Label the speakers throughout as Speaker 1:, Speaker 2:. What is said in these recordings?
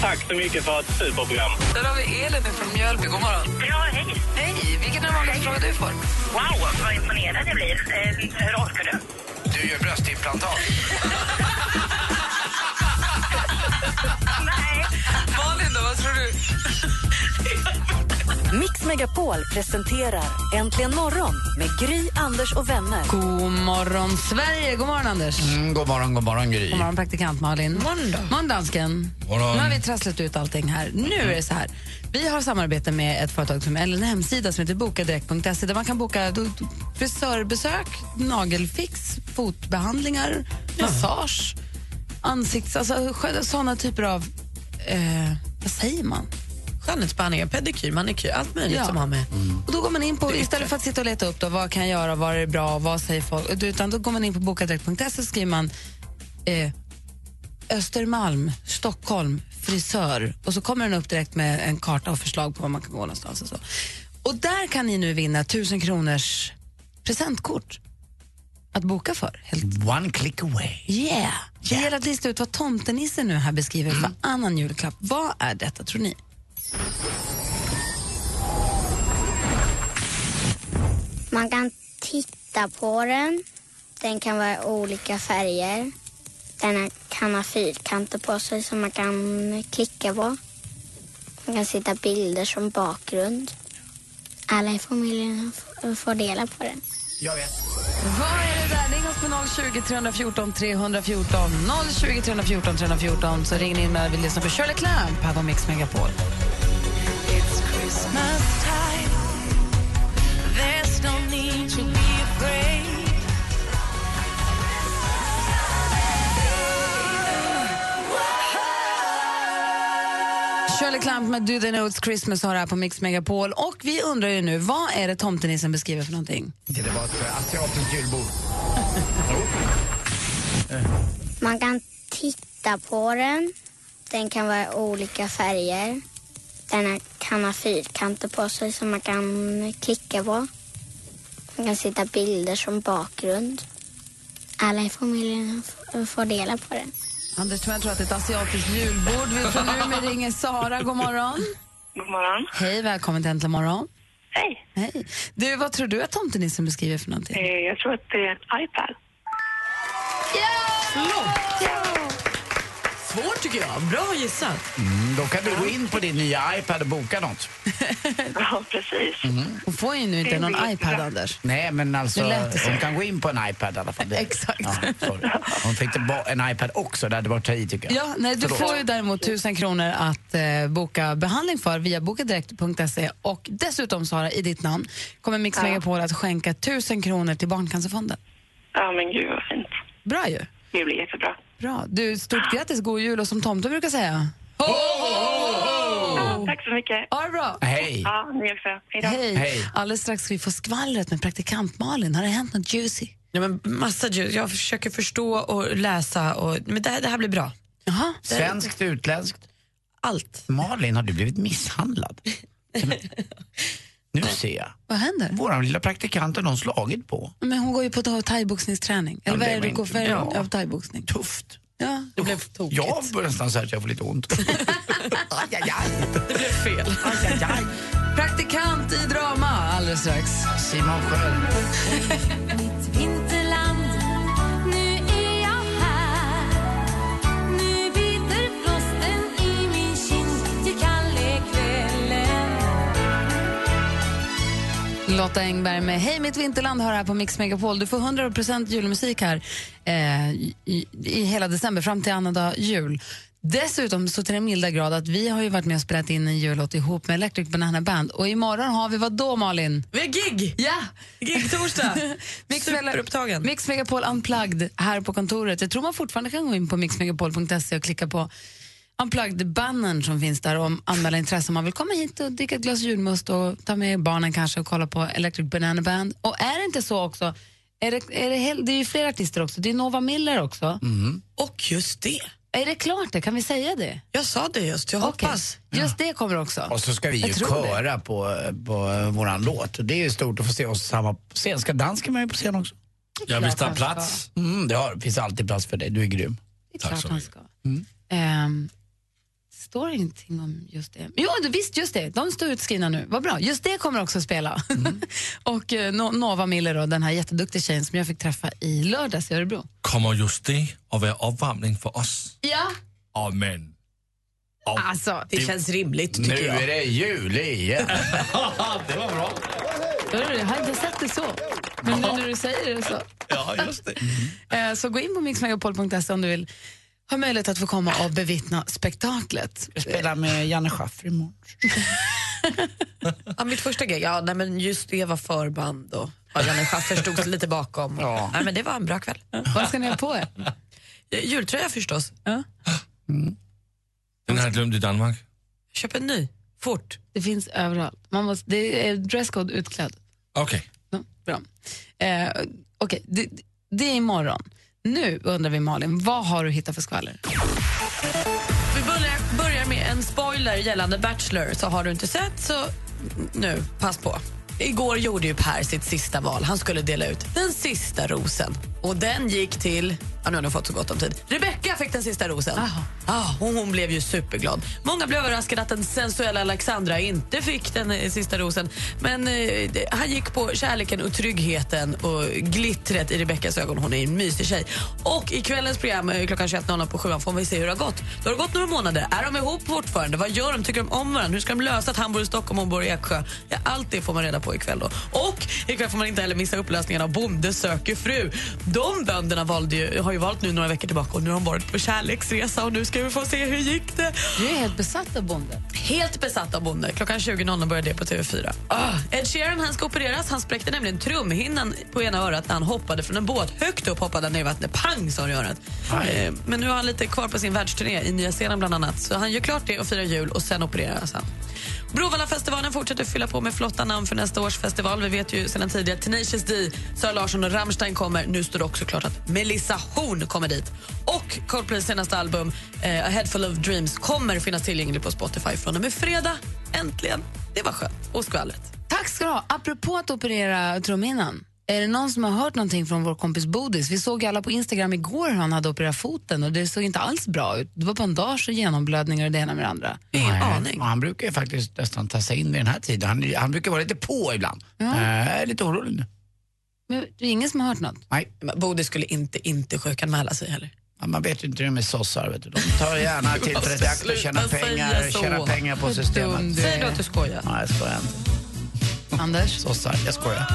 Speaker 1: Tack så mycket för ett superprogram.
Speaker 2: Där har vi Elin från Mjölby. God morgon.
Speaker 3: Ja, hej.
Speaker 2: Hej! Vilken är den vanligaste frågan du får?
Speaker 3: Wow, vad imponerad jag blir. Eh, hur orkar du?
Speaker 4: Du gör bröstimplantat.
Speaker 3: Nej.
Speaker 2: Malin, då, vad tror du?
Speaker 5: Mix Megapol presenterar Äntligen morgon med Gry, Anders och vänner.
Speaker 6: God morgon, Sverige! God morgon, Anders.
Speaker 4: Mm, god morgon, god morgon Gry.
Speaker 6: God morgon, praktikant Malin. Morgon, dansken.
Speaker 4: morgon.
Speaker 6: Nu har vi trasslat ut allting här. Nu är det så här. Vi har samarbete med ett företag som, eller en hemsida som heter bokadirekt.se där man kan boka do- do- frisörbesök, nagelfix, fotbehandlingar, massage, ansikts... Alltså sådana typer av... Eh, vad säger man?
Speaker 2: Skönhetsbehandlingar, pedikyr, manikyr, allt möjligt
Speaker 6: Ja.
Speaker 2: som har med...
Speaker 6: Och då går man in på, istället för att sitta och leta upp då, vad kan jag göra, vad är bra, vad säger folk, utan då går man in på bokadirekt.se och skriver man eh, Östermalm, Stockholm, frisör och så kommer den upp direkt med en karta och förslag på var man kan gå någonstans och så. Och där kan ni nu vinna 1000 kronors presentkort att boka för.
Speaker 3: Mm.
Speaker 6: Helt.
Speaker 4: One click away.
Speaker 6: Yeah! Det gäller att lista ut vad tomtenissen nu här beskriver för annan julklapp. Vad är detta tror ni?
Speaker 7: Man kan titta på den. Den kan vara olika färger. Den kan ha fyrkanter på sig som man kan klicka på. Man kan sitta bilder som bakgrund. Alla i familjen f- får dela på den.
Speaker 4: Jag vet.
Speaker 6: Vad är det där? Ring oss på 020 314 314. 020 314 314 så ringer ni in med vi lyssnar på Shirley Clamp här på Mix Megapol. Shirley Clamp med Do They Know It's Christmas har det här på Mix Megapol. Och vi undrar ju nu, vad är det tomtenissen beskriver för någonting?
Speaker 4: Det var ett eh, asiatiskt julbord.
Speaker 7: Man kan titta på den. Den kan vara olika färger. Den kan ha fyrkanter på sig som man kan klicka på. Man kan sitta bilder som bakgrund. Alla i familjen f- får dela på den.
Speaker 6: Anders tror jag tror att det är ett asiatiskt julbord. Vi från Umeå ringer Sara, god morgon.
Speaker 3: God morgon.
Speaker 6: Hej, välkommen till Äntligen morgon.
Speaker 3: Hej.
Speaker 6: Hej. Du, vad tror du att tomtenissen beskriver för någonting?
Speaker 3: Eh, jag tror att det är en iPad.
Speaker 2: Svårt tycker jag. Bra gissat.
Speaker 4: Mm, då kan du gå in på din nya iPad och boka något.
Speaker 3: Ja, precis.
Speaker 4: Mm.
Speaker 6: Hon får ju nu inte någon iPad, Anders.
Speaker 4: Nej, men alltså,
Speaker 6: Det lät så.
Speaker 4: hon kan gå in på en iPad i alla fall. Det-
Speaker 6: Exakt.
Speaker 4: Ja, sorry. hon fick det ba- en iPad också, det hade varit att ta i tycker jag.
Speaker 6: Ja, nej, du
Speaker 4: Förlåt.
Speaker 6: får ju däremot tusen kronor att eh, boka behandling för via bokadirekt.se och dessutom Sara, i ditt namn kommer Mix Megapol att skänka tusen kronor till Barncancerfonden.
Speaker 3: Ja, men gud vad fint.
Speaker 6: Bra ju.
Speaker 3: Det blir jättebra.
Speaker 6: Bra. Du, stort grattis, god jul och som tomten brukar säga.
Speaker 3: Ja, tack så mycket.
Speaker 6: Ha det bra.
Speaker 4: Hej!
Speaker 3: Ja, ni också. Hej då.
Speaker 6: Hej.
Speaker 4: Hej.
Speaker 6: Alldeles strax ska vi få skvallret med praktikant Malin. Har det hänt något juicy?
Speaker 2: Ja, men massa ljus. Jag försöker förstå och läsa. Och, men det här, det här blir bra.
Speaker 6: Jaha.
Speaker 4: Svenskt, utländskt.
Speaker 2: Allt.
Speaker 4: Malin, har du blivit misshandlad? nu ser jag.
Speaker 6: Vad händer?
Speaker 4: Vår lilla praktikant har någon slagit på.
Speaker 6: Men hon går ju på thaiboxningsträning. Eller
Speaker 4: Ja,
Speaker 6: vad
Speaker 4: det
Speaker 6: är det
Speaker 4: var
Speaker 6: du går
Speaker 4: inte
Speaker 6: för?
Speaker 4: bra.
Speaker 6: Ja, thaiboxning.
Speaker 4: Tufft.
Speaker 6: Ja, det blev tokigt.
Speaker 4: Jag börjar nästan säga att jag får lite ont. aj, aj, aj.
Speaker 2: Det blev fel.
Speaker 4: aj, aj, aj.
Speaker 6: Praktikant i drama alldeles strax.
Speaker 4: Simon Sköld.
Speaker 5: Vinterland, nu är jag här. Nu biter blåsten i min kind till
Speaker 6: Lotta Engberg med Hej mitt vinterland har här på Mix Megapol. Du får 100% julmusik här eh, i, i hela december fram till annandag jul. Dessutom så till den milda grad att vi har ju varit med och spelat in en jullåt ihop med Electric Banana Band och imorgon har vi vad då Malin?
Speaker 2: Vi har gig!
Speaker 6: Ja!
Speaker 2: Gig-torsdag.
Speaker 6: Mix,
Speaker 2: Superupptagen.
Speaker 6: Mix Megapol Unplugged här på kontoret. Jag tror man fortfarande kan gå in på mixmegapol.se och klicka på Unplugged-bannern som finns där om anmäla intresse om man vill komma hit och dricka ett glas julmust och ta med barnen kanske och kolla på Electric Banana Band. Och är det inte så också, är det, är det, hel, det är ju fler artister också, det är Nova Miller också.
Speaker 2: Mm. Och just det.
Speaker 6: Är det klart det? Kan vi säga det?
Speaker 2: Jag sa det just, jag
Speaker 6: Okej.
Speaker 2: hoppas.
Speaker 6: Just det kommer också.
Speaker 4: Och så ska vi
Speaker 6: Jag
Speaker 4: ju
Speaker 6: tror det.
Speaker 4: köra på, på eh, våran låt. Det är ju stort att få se oss samma på scen. Ska dansken vara med på scen också?
Speaker 6: Ja, visst har plats.
Speaker 4: Mm, det har, finns alltid plats för dig. Du är grym.
Speaker 6: Det är klart han ska.
Speaker 2: Mm.
Speaker 6: Ehm, står ingenting om just det. Jo, du, visst, just det. De står utskrivna nu. Vad bra. Just det kommer också att spela.
Speaker 2: Mm.
Speaker 6: och eh, No- Nova Miller, då, den här jätteduktiga tjejen som jag fick träffa i lördags i Örebro.
Speaker 8: Kommer just det att vara uppvärmning för oss?
Speaker 6: Ja,
Speaker 8: Amen.
Speaker 6: alltså.
Speaker 2: Det känns rimligt tycker jag.
Speaker 4: det jul igen.
Speaker 6: Hörru, Jag har inte sett det så. Men nu när du säger det så.
Speaker 8: Ja, just det.
Speaker 6: Eh, Så gå in på mixmegapol.se om du vill ha möjlighet att få komma och bevittna spektaklet.
Speaker 4: Jag spelar med Janne Schaffer imorgon.
Speaker 2: Ja, mitt första gig, ja nej, men just det var förband och ja, Janne Schaffer stod sig lite bakom.
Speaker 4: Ja.
Speaker 2: Nej, men det var en bra kväll.
Speaker 6: Vad ska ni ha på er?
Speaker 2: Eh, Jultröja förstås.
Speaker 8: Den har jag glömt i Danmark.
Speaker 2: Köp en ny, fort.
Speaker 6: Det finns överallt. Man måste, det är dresscode utklädd.
Speaker 8: Okej.
Speaker 6: Ja, Bra. Eh, Okej, det, det är imorgon. Nu undrar vi Malin, vad har du hittat för skvaller?
Speaker 2: Vi börjar, börjar med en spoiler gällande Bachelor. Så har du inte sett så nu, pass på. Igår gjorde ju Per sitt sista val. Han skulle dela ut den sista rosen. Och den gick till... Ja, nu har de fått så gott om tid. Rebecca fick den sista rosen. Ah, hon, hon blev ju superglad. Många blev överraskade att den sensuella Alexandra inte fick den eh, sista rosen. Men eh, det- han gick på kärleken och tryggheten och glittret i Rebeccas ögon. Hon är ju en mysig tjej. Och i kvällens program eh, klockan 21.00 på sjuan får vi se hur det har gått. Det har gått några månader. Är de ihop fortfarande? Vad gör de? Tycker de om varandra? Hur ska de lösa att han bor i Stockholm och hon bor i Eksjö? Ja, allt det får man reda på ikväll då. Och ikväll får man inte heller missa upplösningen av Bonde söker fru. De bönderna valde ju, har ju valt nu några veckor tillbaka och nu har de varit på kärleksresa och nu ska vi få se hur gick det.
Speaker 6: Du är helt besatt av Bonde.
Speaker 2: Helt besatt av Bonde. Klockan 20.00 börjar det på TV4. Ah, Ed Sheeran han ska opereras. Han spräckte nämligen trumhinnan på ena örat när han hoppade från en båt. Högt upp hoppade han ner i vattnet. Pang, sa det i örat. Eh, men nu har han lite kvar på sin världsturné i Nya Zeeland bland annat. Så han gör klart det och firar jul och sen opereras han. Bråvallafestivalen fortsätter fylla på med flotta namn för nästa års festival. Vi vet ju sedan tidigare att Tenacious D, Sara Larsson och Rammstein kommer. Nu står det också klart att Melissa Horn kommer dit. Och Coldplays senaste album eh, A Head Full of Dreams kommer finnas tillgänglig på Spotify från och med fredag. Äntligen! Det var skönt. Och skvallret.
Speaker 6: Tack ska du ha. Apropå att operera trumhinnan. Är det någon som har hört någonting från vår kompis Bodis? Vi såg ju alla på Instagram igår hur han hade opererat foten och det såg inte alls bra ut. Det var bandage och genomblödningar och det ena med det andra.
Speaker 2: Ingen
Speaker 4: Nej,
Speaker 2: aning.
Speaker 4: Och han brukar ju faktiskt nästan ta sig in vid den här tiden. Han, han brukar vara lite på ibland. Eh, jag är lite orolig nu.
Speaker 6: Men det är ingen som har hört något.
Speaker 4: Nej,
Speaker 2: Men Bodil skulle inte, inte sjukanmäla sig heller.
Speaker 4: ja, man vet ju inte hur de är sossar. Vet du. De tar gärna tillfället i akt och tjäna
Speaker 2: Sluta säga
Speaker 4: pengar,
Speaker 2: så.
Speaker 4: tjäna pengar på systemet.
Speaker 2: Säg då att du skojar.
Speaker 4: Nej, jag skojar inte.
Speaker 6: Anders,
Speaker 4: Sossar, jag skojar.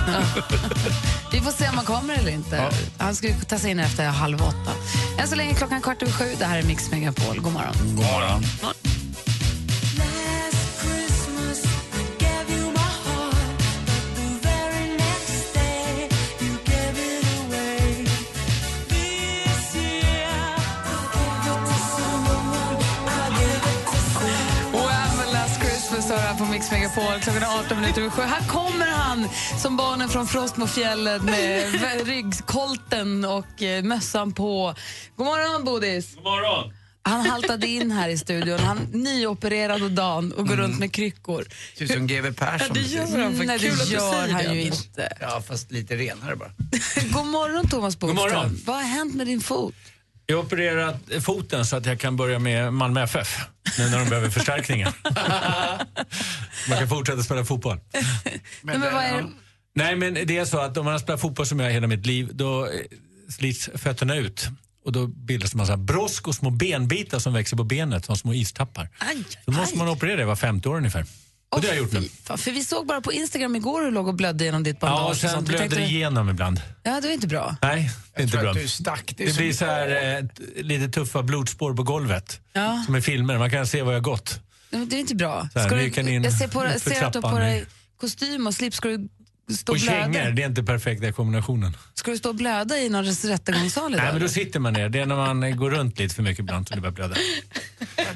Speaker 6: vi får se om han kommer eller inte. Han ska ju ta sig in efter halv åtta. Än så länge klockan kvart över sju. Det här är Mix Megapol. God morgon.
Speaker 4: God morgon.
Speaker 6: Well, last Christmas hör här på Mix Megapol. Klockan är 18 minuter över sju. Här kommer han som barnen från Frostmofjället med vä- ryggkolten och eh, mössan på. God morgon, Bodis!
Speaker 1: God morgon!
Speaker 6: Han haltade in här i studion. Han nyopererad och dan och går
Speaker 8: Mm.
Speaker 6: runt med kryckor.
Speaker 4: Tusen GW Persson.
Speaker 6: Mm, Nej, det
Speaker 2: Kul att du
Speaker 6: gör
Speaker 2: säger
Speaker 6: han
Speaker 2: det,
Speaker 6: ju
Speaker 2: Anders.
Speaker 6: inte.
Speaker 4: Ja, fast lite renare bara.
Speaker 6: God morgon, Thomas Bodström.
Speaker 8: morgon.
Speaker 6: Vad har hänt med din fot?
Speaker 8: Jag har opererat foten så att jag kan börja med Malmö FF nu när de behöver förstärkningar. Man kan fortsätta spela fotboll.
Speaker 6: Men, men vad är det?
Speaker 8: Nej, men det är så att om man har spelat fotboll som jag hela mitt liv, då eh, slits fötterna ut. Och då bildas en massa brosk och små benbitar som växer på benet, som små istappar.
Speaker 2: Aj,
Speaker 8: Då måste man operera det var femte år ungefär. Och det har jag gjort nu.
Speaker 6: Fy fan, För vi såg bara på Instagram igår hur du låg och blödde genom ditt bandage.
Speaker 8: Ja, och sen
Speaker 6: sånt. Vi
Speaker 8: blöder det
Speaker 6: tänkte-
Speaker 8: igenom ibland.
Speaker 6: Ja, det var inte bra.
Speaker 8: Nej, det är inte
Speaker 4: Tror
Speaker 8: bra.
Speaker 4: att du stack. Det, är
Speaker 8: Det
Speaker 4: som-
Speaker 8: blir så här eh, t- lite tuffa blodspår på golvet. Som i filmer, man kan se var jag gått.
Speaker 6: Nej, men Det är inte bra.
Speaker 8: Så här,
Speaker 6: Ska du,
Speaker 8: ryker ni in
Speaker 6: jag ser, på,
Speaker 8: uppför
Speaker 6: ser att du har på
Speaker 8: trappan?
Speaker 6: dig kostym och slips. Ska du stå och
Speaker 8: Och kängor,
Speaker 6: blöda?
Speaker 8: det är inte perfekta kombinationen.
Speaker 6: Ska du stå och blöda i någon rättegångssal idag?
Speaker 8: Nej men då sitter man ner, det är när man eh, går runt lite för mycket ibland som det börjar blöda.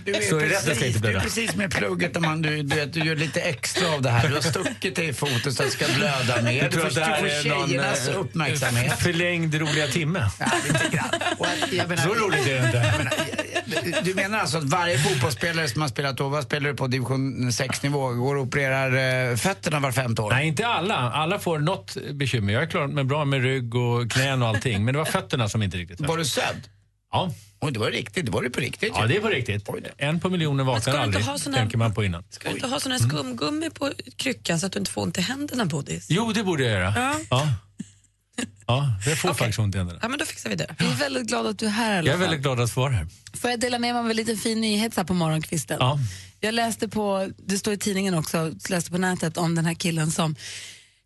Speaker 4: Du är,
Speaker 8: Så är det att det
Speaker 4: precis,
Speaker 8: ska inte
Speaker 4: du är
Speaker 8: blöda.
Speaker 4: precis med plugget om man, du, du, vet, du gör lite extra av det här. Du har stuckit dig i foten så att det ska blöda mer.
Speaker 8: Jag
Speaker 4: Du
Speaker 8: tror
Speaker 4: får,
Speaker 8: att det
Speaker 4: du
Speaker 8: här
Speaker 4: får
Speaker 8: är någon,
Speaker 4: tjejernas
Speaker 8: eh,
Speaker 4: uppmärksamhet.
Speaker 8: Förlängd roliga timme. Så roligt är det inte.
Speaker 4: Du menar alltså att varje fotbollsspelare som har spelat då, vad spelar du på division 6-nivå, går och opererar eh, fötterna var femte år?
Speaker 8: Nej, inte alla. Alla får något bekymmer. Jag är klar med bra med rygg och knän och allting. Men det var fötterna som inte riktigt
Speaker 4: Var du sövd?
Speaker 8: Ja.
Speaker 4: Oj, det var riktigt. Det var det på riktigt.
Speaker 8: Ja, det är på riktigt. En på miljonen
Speaker 2: ska
Speaker 8: vaknar
Speaker 2: du inte
Speaker 8: aldrig,
Speaker 2: ha såna-
Speaker 8: tänker man på innan.
Speaker 2: Ska du inte ha sån här
Speaker 8: Mm.
Speaker 2: skumgummi på kryckan så att du inte får ont i händerna, Bodis?
Speaker 8: Jo, det borde jag göra.
Speaker 2: Ja.
Speaker 8: Ja, ja det får faktiskt ont i händerna.
Speaker 2: Ja, men då fixar vi det.
Speaker 6: Vi är väldigt glada att du är här i alla
Speaker 8: Jag är
Speaker 6: fall.
Speaker 8: väldigt glad att få vara här.
Speaker 6: Får jag dela med mig av en liten fin nyhet så här på morgonkvisten?
Speaker 8: Ja.
Speaker 6: Jag läste på, det står i tidningen också, läste på nätet om den här killen som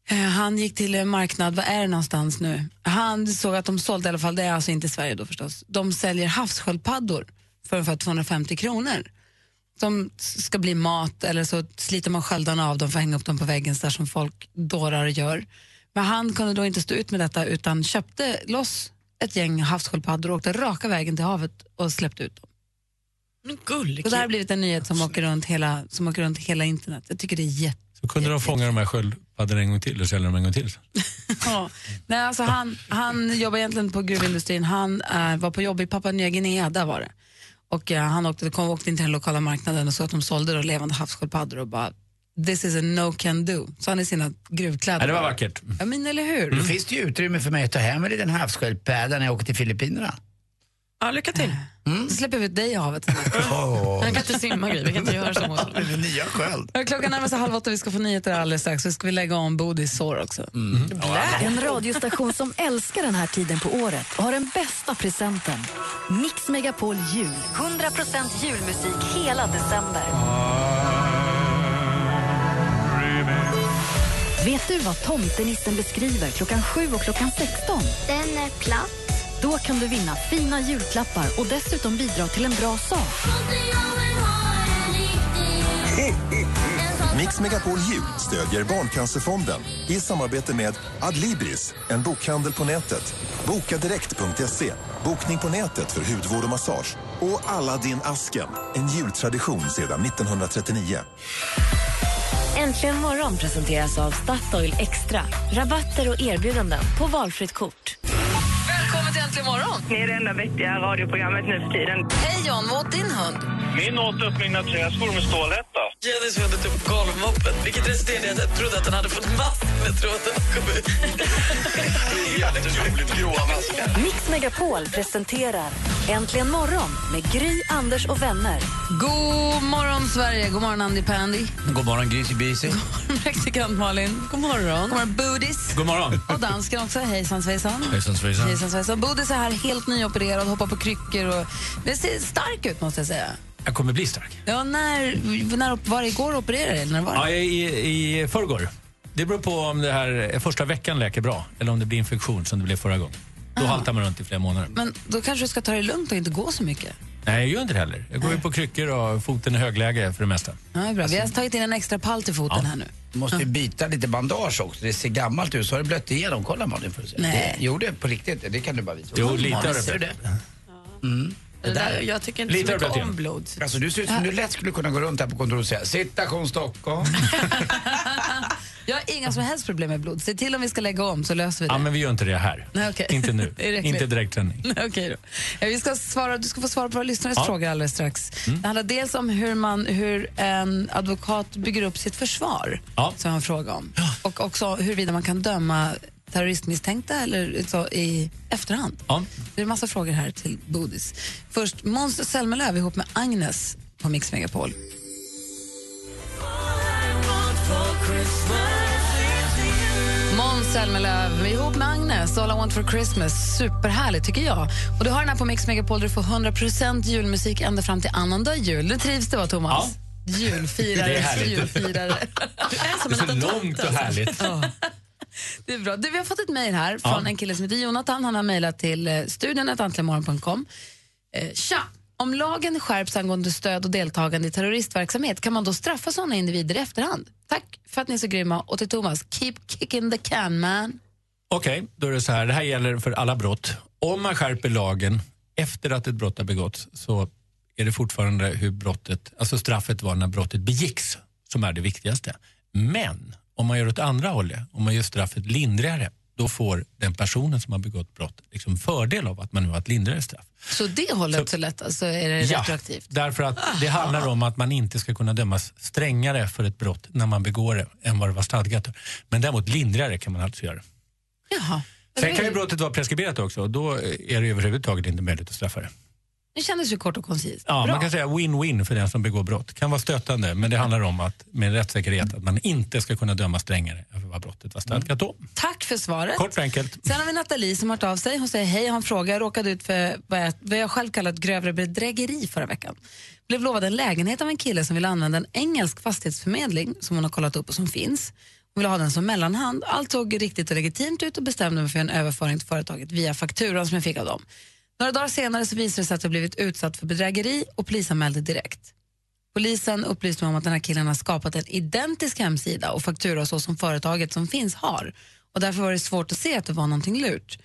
Speaker 6: eh, han gick till en marknad, vad är det någonstans nu? Han såg att de sålde, i alla fall det är alltså inte i Sverige då förstås, de säljer havssköldpaddor för ungefär 250 kronor. Som ska bli mat eller så sliter man sköldarna av dem för att hänga upp dem på väggen så där som folk dårar gör. Men han kunde då inte stå ut med detta utan köpte loss ett gäng havssköldpaddor och åkte raka vägen till havet och släppte ut dem.
Speaker 2: Men gullig
Speaker 6: Så det här har blivit en nyhet som åker, runt hela, som åker runt hela internet. Jag tycker det är jätte...
Speaker 8: Så kunde de fånga de här sköldpaddorna en gång till och sälja dem en gång till.
Speaker 6: Ja. Nej, alltså han, han jobbar egentligen på gruvindustrin. Han eh, var på jobb i Papua Nya Guinea, där var det. Och eh, han åkte, kom, åkte in till den lokala marknaden och såg att de sålde då levande havssköldpaddor och bara This is a no can do, sa han i sina gruvkläder.
Speaker 4: Ja, det var vackert. Mm.
Speaker 6: Ja, men eller hur?
Speaker 4: Då finns det ju utrymme för mig att ta hem en liten havssköldpadda när jag åker till Filippinerna.
Speaker 2: Ja, lycka till.
Speaker 6: Då släpper vi ut dig i havet.
Speaker 4: Oh.
Speaker 2: Jag kan inte simma, Gry. Vi kan inte göra som hon.
Speaker 4: Den nya sköld.
Speaker 6: Ja, Klockan närmar sig halv åtta, vi ska få nyheter alldeles strax. Så ska vi lägga om Bodis sår också.
Speaker 9: En radiostation som älskar den här tiden på året och har den bästa presenten. Mix Megapol Jul. 100% julmusik hela december. Vet du vad tomtenissen beskriver klockan 7 och klockan 16?
Speaker 7: Den är platt.
Speaker 9: Då kan du vinna fina julklappar och dessutom bidra till en bra sak.
Speaker 10: Mix Megapol Jul stödjer Barncancerfonden i samarbete med Adlibris, en bokhandel på nätet, bokadirekt.se, bokning på nätet för hudvård och massage och Aladdin asken en jultradition sedan 1939.
Speaker 11: Äntligen morgon presenteras av Statoil Extra. Rabatter och erbjudanden på valfritt kort.
Speaker 6: Välkommen till Äntligen morgon!
Speaker 3: Ni är det enda vettiga radioprogrammet nu för tiden.
Speaker 6: Hej John, vad åt din hund?
Speaker 1: Min åt upp mina träskor med stålhätta.
Speaker 2: Jenny hade typ golvmoppen, vilket resulterade i att jag trodde att han hade fått mask med tråden och kom ut.
Speaker 1: Jätteroligt gråa maskar.
Speaker 9: Mix Megapol presenterar Äntligen morgon med Gry, Anders och vänner.
Speaker 6: God morgon, Sverige. God morgon, Andy Pandy.
Speaker 4: God morgon, Grisy
Speaker 6: Praktikant Malin. God morgon. God morgon, Bodis.
Speaker 8: God morgon.
Speaker 6: Och dansken också. Hejsan svejsan.
Speaker 8: Hejsan svejsan.
Speaker 6: Hejsan svejsan. Bodis är här helt nyopererad, hoppar på kryckor och det ser stark ut måste jag säga.
Speaker 8: Jag kommer bli stark.
Speaker 6: Ja, när, när var det igår opererade du, eller när var det?
Speaker 8: Ja, jag är i, i förrgår. Det beror på om det här första veckan läker bra eller om det blir infektion som det blev förra gången. Då haltar man runt i flera månader.
Speaker 6: Ah. Men då kanske du ska ta det lugnt och inte gå så mycket.
Speaker 8: Nej, jag gör inte det heller. Jag går ju på kryckor och foten i högläge för det mesta.
Speaker 6: Ja, det är bra. Vi
Speaker 8: Alltså-
Speaker 6: har tagit in en extra pall till foten här nu.
Speaker 4: Du måste ju byta lite bandage också. Det ser gammalt ut. Så har det blött igenom. Kolla Malin får du se.
Speaker 6: Nej.
Speaker 4: Det, jo, det är på riktigt. Det kan du bara visa.
Speaker 8: Jo, lite har det
Speaker 4: Malin, ser du det.
Speaker 8: blött.
Speaker 4: Mm.
Speaker 2: Det där- jag tycker inte så Lite har det mycket blött om igen. blod.
Speaker 4: Alltså, du ser ut som du lätt skulle kunna gå runt här på kontoret och säga Sittation Stockholm.
Speaker 6: Jag har inga som helst problem med blod. Se till om vi ska lägga om så löser vi det.
Speaker 8: Ja, men vi gör inte det här.
Speaker 6: Nej, okej.
Speaker 8: Inte nu.
Speaker 6: Det är räckligt.
Speaker 8: inte direktsändning.
Speaker 6: Nej, Okej då. Ja, vi ska svara, du ska få svara på våra lyssnares
Speaker 8: Ja. Mm.
Speaker 6: frågor alldeles strax. Det handlar dels om hur, man, hur en advokat bygger upp sitt försvar, som jag har en fråga om. Och också huruvida man kan döma terroristmisstänkta eller så, i efterhand. Det är en massa frågor här till Bodis. Först Måns Zelmerlöw ihop med Agnes på Mix Megapol. Måns Zelmerlöw ihop med Agnes, All I Want For Christmas. Superhärligt, tycker jag. Och Du har den här på Mix Megapol där du får 100 julmusik ända fram till annandag jul. Du trivs det, va, Thomas? Julfirare,
Speaker 8: Det är härligt.
Speaker 6: julfirare.
Speaker 8: Det är så långt och härligt.
Speaker 6: Det är bra. Du, vi har fått ett mejl här från
Speaker 8: Ja.
Speaker 6: en kille som heter Jonathan. Han har mejlat till eh, studionetantlingmorgon.com. Eh, tja! Om lagen skärps angående stöd och deltagande i terroristverksamhet kan man då straffa sådana individer i efterhand? Tack för att ni är så grymma. Och till Thomas, keep kicking the can man.
Speaker 8: Okej, då är det så här. Det här gäller för alla brott. Om man skärper lagen efter att ett brott har begåtts så är det fortfarande hur brottet, alltså straffet var när brottet begicks som är det viktigaste. Men om man gör åt andra hållet, om man gör straffet lindrigare, då får den personen som har begått brott liksom fördel av att man nu har ett lindrigare straff.
Speaker 6: Så det hållet så lätt, alltså är det retroaktivt?
Speaker 8: Därför att det handlar om att man inte ska kunna dömas strängare för ett brott när man begår det än vad det var stadgat. Men däremot lindrigare kan man alltså göra.
Speaker 6: Jaha.
Speaker 8: Sen kan ju brottet vara preskriberat också och då är det överhuvudtaget inte möjligt att straffa det.
Speaker 6: Det kändes ju kort och koncist.
Speaker 8: Ja,
Speaker 6: Bra.
Speaker 8: man kan säga win-win för den som begår brott. Kan vara stötande men det handlar om att med rättssäkerhet att man inte ska kunna döma strängare än för vad brottet var stadgat då.
Speaker 6: Tack för svaret.
Speaker 8: Kort och enkelt.
Speaker 6: Sen har vi Nathalie som har hört av sig. Hon säger hej, jag har en fråga. Jag råkade ut för vad jag, vad jag själv kallat grövre bedrägeri förra veckan. Blev lovad en lägenhet av en kille som ville använda en engelsk fastighetsförmedling som hon har kollat upp och som finns. Hon ville ha den som mellanhand. Allt såg riktigt och legitimt ut och bestämde mig för en överföring till företaget via fakturan som jag fick av dem. Några dagar senare så visade det sig att jag blivit utsatt för bedrägeri och polisanmälde direkt. Polisen upplyste mig om att den här killen har skapat en identisk hemsida och faktura så som företaget som finns har. Och därför var det svårt att se att det var någonting lurt.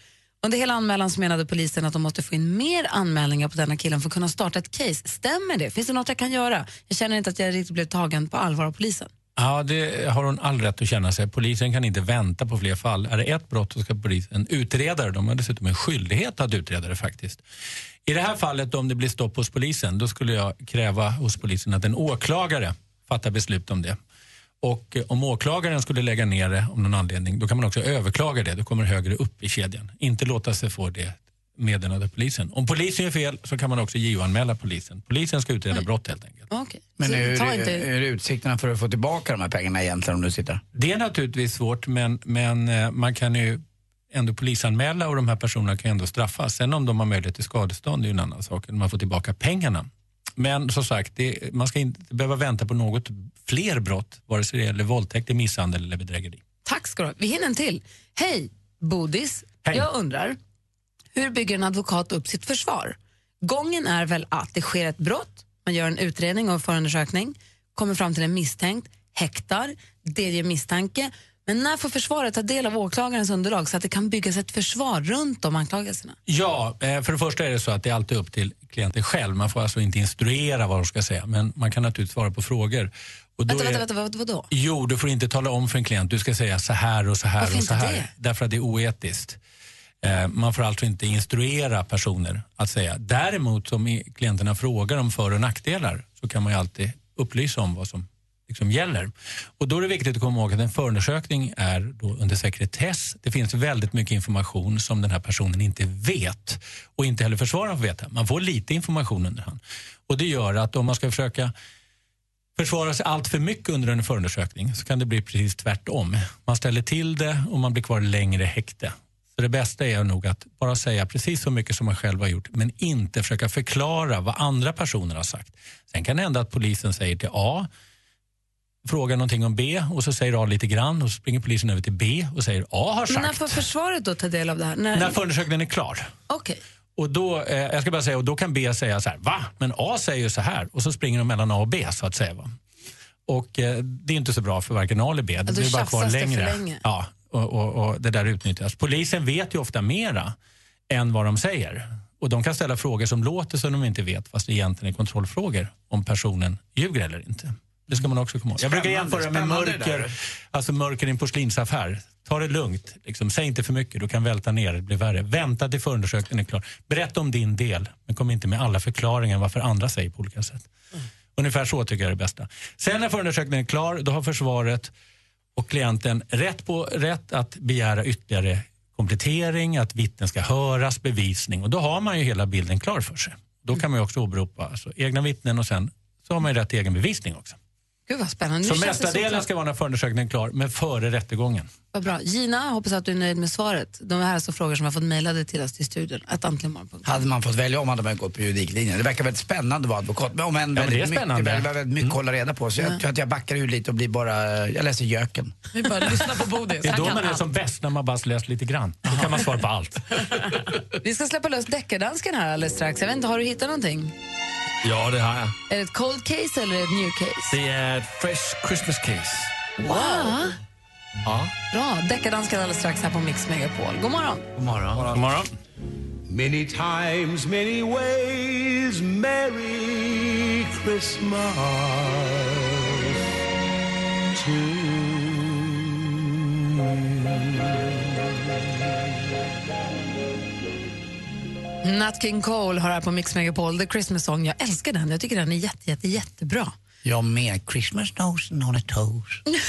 Speaker 6: Under hela anmälan så menade polisen att de måste få in mer anmälningar på denna killen för att kunna starta ett case. Stämmer det? Finns det något jag kan göra? Jag känner inte att jag riktigt blev tagen på allvar av polisen.
Speaker 8: Ja, det har hon all rätt att känna sig. Polisen kan inte vänta på fler fall. Är det ett brott så ska polisen utreda det. De har dessutom en skyldighet att utreda det faktiskt. I det här fallet, om det blir stopp hos polisen, då skulle jag kräva hos polisen att en åklagare fattar beslut om det. Och eh, om åklagaren skulle lägga ner det om någon anledning, då kan man också överklaga det. Då kommer det högre upp i kedjan. Inte låta sig få det meddelande av polisen. Om polisen gör fel så kan man också JO-anmäla polisen. Polisen ska utreda brott helt enkelt.
Speaker 6: Okay.
Speaker 4: Men
Speaker 8: Så
Speaker 4: hur,
Speaker 8: ta
Speaker 4: är-
Speaker 8: inte-
Speaker 4: hur är utsikterna för att få tillbaka de här pengarna egentligen om du sitter?
Speaker 8: Det är naturligtvis svårt men, men eh, man kan ju ändå polisanmäla och de här personerna kan ju ändå straffas. Sen om de har möjlighet till skadestånd är ju en annan sak, när man får tillbaka pengarna. Men som sagt, det, man ska inte behöva vänta på något fler brott, vare sig det gäller våldtäkt, misshandel eller bedrägeri.
Speaker 6: Tack ska du ha. Vi hinner en till. Hej, Bodis. Jag undrar, hur bygger en advokat upp sitt försvar? Gången är väl att det sker ett brott, man gör en utredning och en förundersökning, kommer fram till en misstänkt, häktar, delger misstanke. Men när får försvaret ta del av åklagarens underlag så att det kan byggas ett försvar runt de anklagelserna?
Speaker 8: Ja, eh, för det första är det så att det är alltid upp till klienten själv. Man får alltså inte instruera vad de ska säga, men man kan naturligtvis svara på frågor. Och då
Speaker 6: Vänta,
Speaker 8: är-
Speaker 6: vänta, vänta, vad, vadå?
Speaker 8: Jo, du får inte tala om för en klient. Du ska säga så här och så här
Speaker 6: Varför
Speaker 8: och så
Speaker 6: inte
Speaker 8: här. Därför att det är oetiskt. Eh, Man får alltså inte instruera personer att säga. Däremot om i- klienterna frågar om för och nackdelar så kan man ju alltid upplysa om vad som liksom gäller. Och då är det viktigt att komma ihåg att en förundersökning är då under sekretess. Det finns väldigt mycket information som den här personen inte vet och inte heller försvararen får veta. Man får lite information under hand. Och det gör att om man ska försöka försvara sig allt för mycket under en förundersökning så kan det bli precis tvärtom. Man ställer till det och man blir kvar längre i häkte. Så det bästa är nog att bara säga precis så mycket som man själv har gjort men inte försöka förklara vad andra personer har sagt. Sen kan det hända att polisen säger till A frågar någonting om B och så säger A lite grann och så springer polisen över till B och säger A har
Speaker 6: Men när
Speaker 8: sagt.
Speaker 6: får försvaret då ta del av det här? När...
Speaker 8: När förundersökningen är klar.
Speaker 6: Okej.
Speaker 8: Och då, eh, jag ska bara säga, och då kan B säga så här, va? Men A säger ju så här. Och så springer de mellan A och B så att säga. Va? Och eh, det är inte så bra för varken A eller B.
Speaker 6: då
Speaker 8: Det blir bara kvar
Speaker 6: tjafsas det för
Speaker 8: längre.
Speaker 6: länge.
Speaker 8: Ja, och, och, och det där utnyttjas. Polisen vet ju ofta mera än vad de säger. Och de kan ställa frågor som låter som de inte vet fast det egentligen är kontrollfrågor om personen ljuger eller inte. Det ska man också komma ihåg. Jag brukar
Speaker 4: Spännande,
Speaker 8: jämföra med
Speaker 4: spännande det där.
Speaker 8: mörker, alltså mörker i en porslinsaffär. Ta det lugnt. Liksom, säg inte för mycket, du kan välta ner, det blir värre. Vänta till förundersökningen är klar. Berätta om din del, men kom inte med alla förklaringar varför andra säger på olika sätt.
Speaker 4: Mm.
Speaker 8: Ungefär så tycker jag är det bästa. Sen när förundersökningen är klar, då har försvaret och klienten rätt, på, rätt att begära ytterligare komplettering, att vittnen ska höras, bevisning. Och då har man ju hela bilden klar för sig. Då kan man ju också åberopa alltså, egna vittnen och sen så har man ju rätt till egen bevisning också.
Speaker 6: Gud vad spännande.
Speaker 8: så
Speaker 6: Nu känns det
Speaker 8: mesta delen
Speaker 6: klart.
Speaker 8: ska vara när förundersökningen är klar, men före rättegången.
Speaker 6: Vad bra. Gina, hoppas att du är nöjd med svaret. De här är alltså frågor som har fått mejlade till oss till studion. Att antligenmorgon.se.
Speaker 4: Hade man fått välja om hade man gått på juridiklinjen. Det verkar väldigt spännande att vara advokat. Men om än
Speaker 8: det är
Speaker 4: väldigt,
Speaker 8: spännande.
Speaker 4: Mycket, väldigt, väldigt mycket
Speaker 12: Mm.
Speaker 4: att hålla reda på. Så jag tror att jag backar ur lite och blir bara, jag läser göken.
Speaker 2: Vi bara lyssnar på Bodis.
Speaker 8: Det är
Speaker 2: Han
Speaker 8: då
Speaker 2: kan
Speaker 8: man är
Speaker 2: allt.
Speaker 8: som bäst, när man bara läst lite grann. Då kan man svara på allt.
Speaker 6: Vi ska släppa lös deckardansken här alldeles strax. Jag vet inte, har du hittat någonting?
Speaker 13: Ja, det har jag.
Speaker 6: Är det ett cold case eller är det ett new case?
Speaker 13: Det är ett fresh Christmas case.
Speaker 6: Wow!
Speaker 13: Ja.
Speaker 6: Bra, deckardansken alldeles strax här på Mix Megapol. God morgon!
Speaker 13: God morgon.
Speaker 8: God morgon.
Speaker 14: Many times, many ways, Mary
Speaker 15: Christmas to
Speaker 6: Nat King Cole har här på Mix Megapol, The Christmas Song. Jag älskar den, jag tycker den är jätte, jätte, jättebra.
Speaker 4: Jag med. Christmas nose on a toes.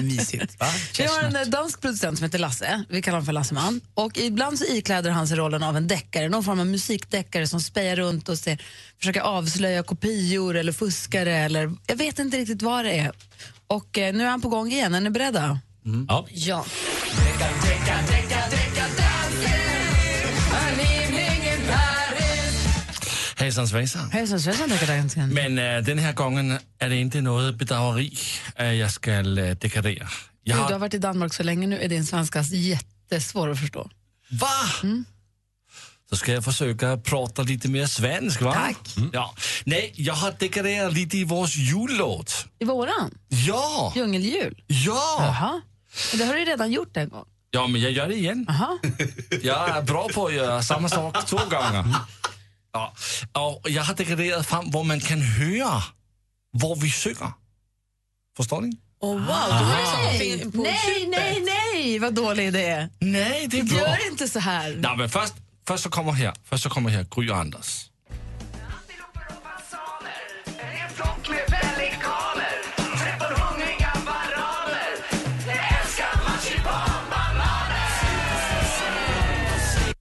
Speaker 4: Mysigt, va?
Speaker 6: Vi har
Speaker 4: Chestnut.
Speaker 6: en dansk producent som heter Lasse, vi kallar honom för Lasseman. Och ibland så ikläder han sig rollen av en deckare, någon form av musikdeckare som spejar runt och ser, försöker avslöja kopior eller fuskare eller jag vet inte riktigt vad det är. Och eh, nu är han på gång igen, är ni beredda?
Speaker 8: Mm.
Speaker 12: Ja.
Speaker 6: Ja.
Speaker 8: Hejsan svejsan.
Speaker 6: Hejsan svejsan, dekadenten.
Speaker 8: Men uh, den här gången är det inte något bedrägeri uh, jag ska uh, deklarera. Jag
Speaker 6: Du
Speaker 8: har
Speaker 6: har varit i Danmark så länge nu är din svenska jättesvår att förstå.
Speaker 8: Va?
Speaker 6: Mm.
Speaker 8: Så ska jag försöka prata lite mer svenska, va? Mm.
Speaker 6: Tack.
Speaker 8: Ja. Nej, jag har deklarerat lite i vår jullåt.
Speaker 6: I våran?
Speaker 8: Ja!
Speaker 6: Djungeljul?
Speaker 8: Ja!
Speaker 6: Jaha. Men Det har du ju redan gjort en gång.
Speaker 8: Ja, men jag gör det igen. Jag är bra på att göra samma sak två gånger. Ja. Och jag har deklarerat fram var man kan höra var vi sjunger. Förstår ni?
Speaker 2: Oh, wow,
Speaker 6: nej, nej, nej, nej, vad dålig idé.
Speaker 8: Nej, det är bra.
Speaker 6: Gör inte så här.
Speaker 8: Nej, men först, först så kommer här, först så kommer här Gry och Anders.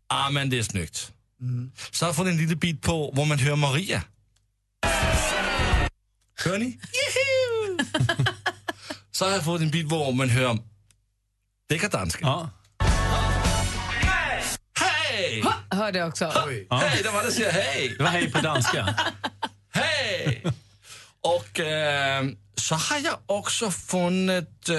Speaker 8: Ah, men det är snyggt. Så får ni en liten bit på var man hör Maria. Hör ni? så har jag fått en bit var man hör deckardansken. Ja. Hej!
Speaker 6: Ha, hörde jag också.
Speaker 8: Hej, det var det säger hej.
Speaker 12: Det var hej på danska.
Speaker 8: hej! Och eh, så har jag också funnit... Eh,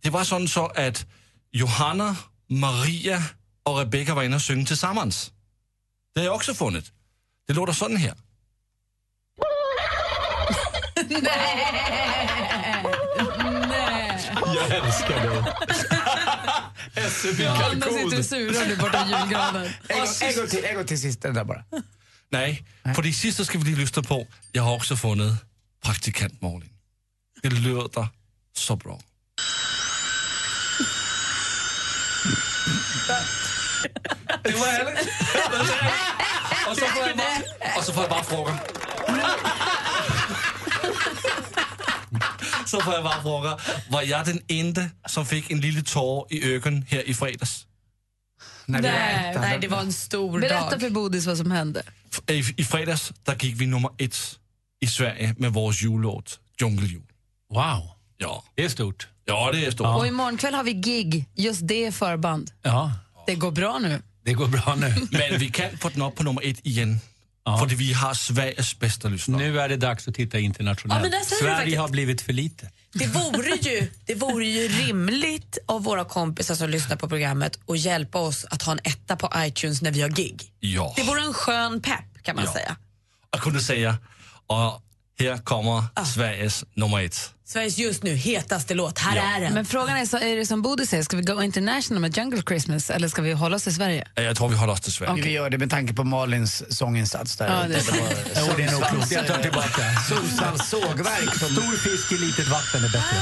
Speaker 8: det var sån så att Johanna, Maria och Rebecca var inne och sjöng tillsammans. Det har jag också funnit. Det låter sådan här.
Speaker 6: nej.
Speaker 8: Jag älskar dig.
Speaker 6: Ja, Anna sitter och surar nu borta i julgranen.
Speaker 4: En gång- en gång till, en gång till sist. Den där bara.
Speaker 8: Nej, för det sista ska vi lige lyssna på. Jag har också funnit praktikant Malin. Det låter så bra. Det var ärligt. Och så får jag bara, och så får jag bara fråga. Så får jag bara fråga, var jag den enda som fick en liten tår i ögonen här i fredags?
Speaker 6: Nej, nej, det var
Speaker 2: en stor
Speaker 6: Berätta
Speaker 2: dag.
Speaker 6: för Bodis vad som hände.
Speaker 8: øh, I, I fredags där gick vi nummer ett i Sverige med vår jullåt Djungeljul.
Speaker 12: Wow.
Speaker 8: Ja.
Speaker 12: Det är stort.
Speaker 8: Ja, det är stort.
Speaker 6: Och imorgon kväll har vi gig, just det förband.
Speaker 12: Ja,
Speaker 6: Det går bra nu.
Speaker 12: det går bra nu.
Speaker 8: Men vi kan få den upp på nummer ett igen. För vi har Sveriges bästa lyssnare.
Speaker 12: Nu är det dags att titta
Speaker 2: Ja,
Speaker 12: internationellt.
Speaker 2: men där säger du
Speaker 12: Sverige
Speaker 2: faktiskt-
Speaker 12: har blivit för litet.
Speaker 2: Det vore, ju, det vore ju rimligt av våra kompisar som lyssnar på programmet att hjälpa oss att ha en etta på iTunes när vi har gig.
Speaker 8: Ja.
Speaker 2: Det vore en skön pepp kan man
Speaker 8: Ja.
Speaker 2: säga.
Speaker 8: Jag kunde säga, och här kommer Sveriges nummer ett.
Speaker 2: Sveriges just nu hetaste låt, här är den.
Speaker 6: Men frågan är, så är det som Bodis säger, ska vi go international med Jungle Christmas eller ska vi hålla oss i Sverige?
Speaker 8: Ja, Jag tror vi håller oss till Sverige.
Speaker 4: Vi gör det med tanke på Malins sånginsats där.
Speaker 6: Ja, det är
Speaker 4: ute. var
Speaker 6: sant.
Speaker 12: Jo, det är nog
Speaker 4: Sundsvalls-
Speaker 12: klokt. Jag tar tillbaka.
Speaker 4: Sundsvalls sågverk. Som...
Speaker 12: Stor fisk i litet vatten är bättre.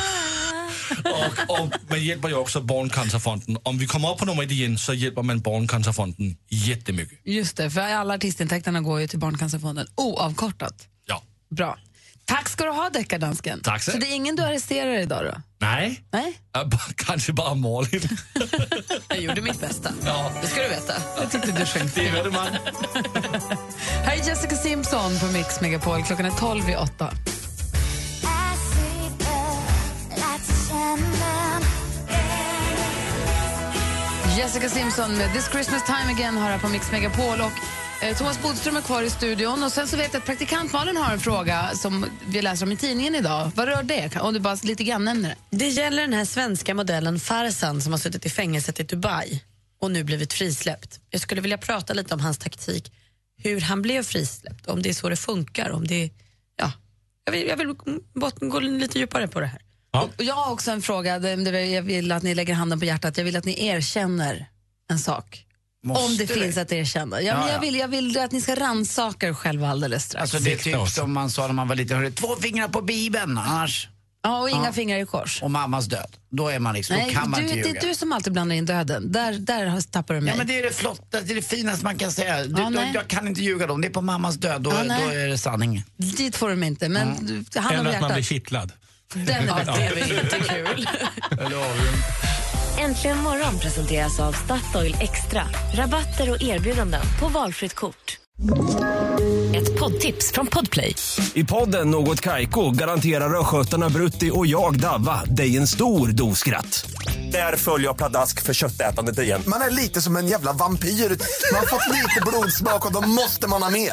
Speaker 8: Och, och man hjälper ju också Barncancerfonden. Om vi kommer upp på nummer ett igen så hjälper man Barncancerfonden jättemycket.
Speaker 6: Just det, för alla artistintäkterna går ju till Barncancerfonden oavkortat.
Speaker 8: Ja.
Speaker 6: Bra. Tack ska du ha, deckardansken.
Speaker 8: Tack så-
Speaker 6: Så det är ingen du arresterar idag då?
Speaker 8: Nej,
Speaker 6: Nej?
Speaker 8: Ja, bara- kanske bara Malin.
Speaker 2: Jag gjorde mitt bästa.
Speaker 8: Ja.
Speaker 2: Det ska du veta.
Speaker 6: Jag tyckte du sjöng
Speaker 8: Det är väldigt man.
Speaker 6: Här är Jessica Simpson på Mix Megapol. Klockan är 12 i 8. Jessica Simpson med This Christmas time again har här på Mix Megapol. Och, eh, Thomas Bodström är kvar i studion. Och sen så vet jag att praktikant Malin har en fråga som vi läser om i tidningen idag. Vad rör det? Kan- Om du bara lite grann nämner det.
Speaker 2: Det gäller den här svenska modellen Farsan som har suttit i fängelset i Dubai och nu blivit frisläppt. Jag skulle vilja prata lite om hans taktik, hur han blev frisläppt, om det är så det funkar, om det ja. Jag vill, jag vill bort- gå lite djupare på det här.
Speaker 6: Och jag har också en fråga. Det- det- Jag vill att ni lägger handen på hjärtat. Jag vill att ni erkänner en sak. om det, finns att erkänna. Ja, men
Speaker 4: Ja,
Speaker 6: jag,
Speaker 4: ja.
Speaker 6: vill, jag vill att ni ska rannsaka er själva alldeles strax.
Speaker 4: Alltså det är typ som man sa när man var liten, hörru, två fingrar på Bibeln annars.
Speaker 6: Ja, och inga fingrar i kors.
Speaker 4: Och mammas död. Då är man liksom,
Speaker 6: Nej,
Speaker 4: då kan man
Speaker 6: du,
Speaker 4: inte
Speaker 6: det
Speaker 4: ljuga.
Speaker 6: är du som alltid blandar in döden. Där, där har- tappar du mig.
Speaker 4: Ja men det är det flotta, det är det finaste man kan säga. Du,
Speaker 6: Ja,
Speaker 4: då,
Speaker 6: nej.
Speaker 4: jag kan inte ljuga då. Om det är på mammas död, då,
Speaker 6: Ja, nej.
Speaker 4: då är det sanning.
Speaker 6: Dit får du mig inte, men
Speaker 4: Mm.
Speaker 6: du- det handlar
Speaker 16: Eller
Speaker 6: om
Speaker 16: att man blir
Speaker 6: hjärtat.
Speaker 16: kittlad.
Speaker 6: Den är
Speaker 16: Ja.
Speaker 6: vettig.
Speaker 9: Äntligen morgon presenteras av Statoil Extra. Rabatter och erbjudanden på valfritt kort. Ett poddtips från Podplay.
Speaker 8: I podden Något Kaiko garanterar östgötarna Brutti och jag, Davva, dig en stor dos skratt. Där följer jag pladask för köttätandet igen.
Speaker 17: Man är lite som en jävla vampyr. Man har fått lite blodsmak och då måste man ha mer.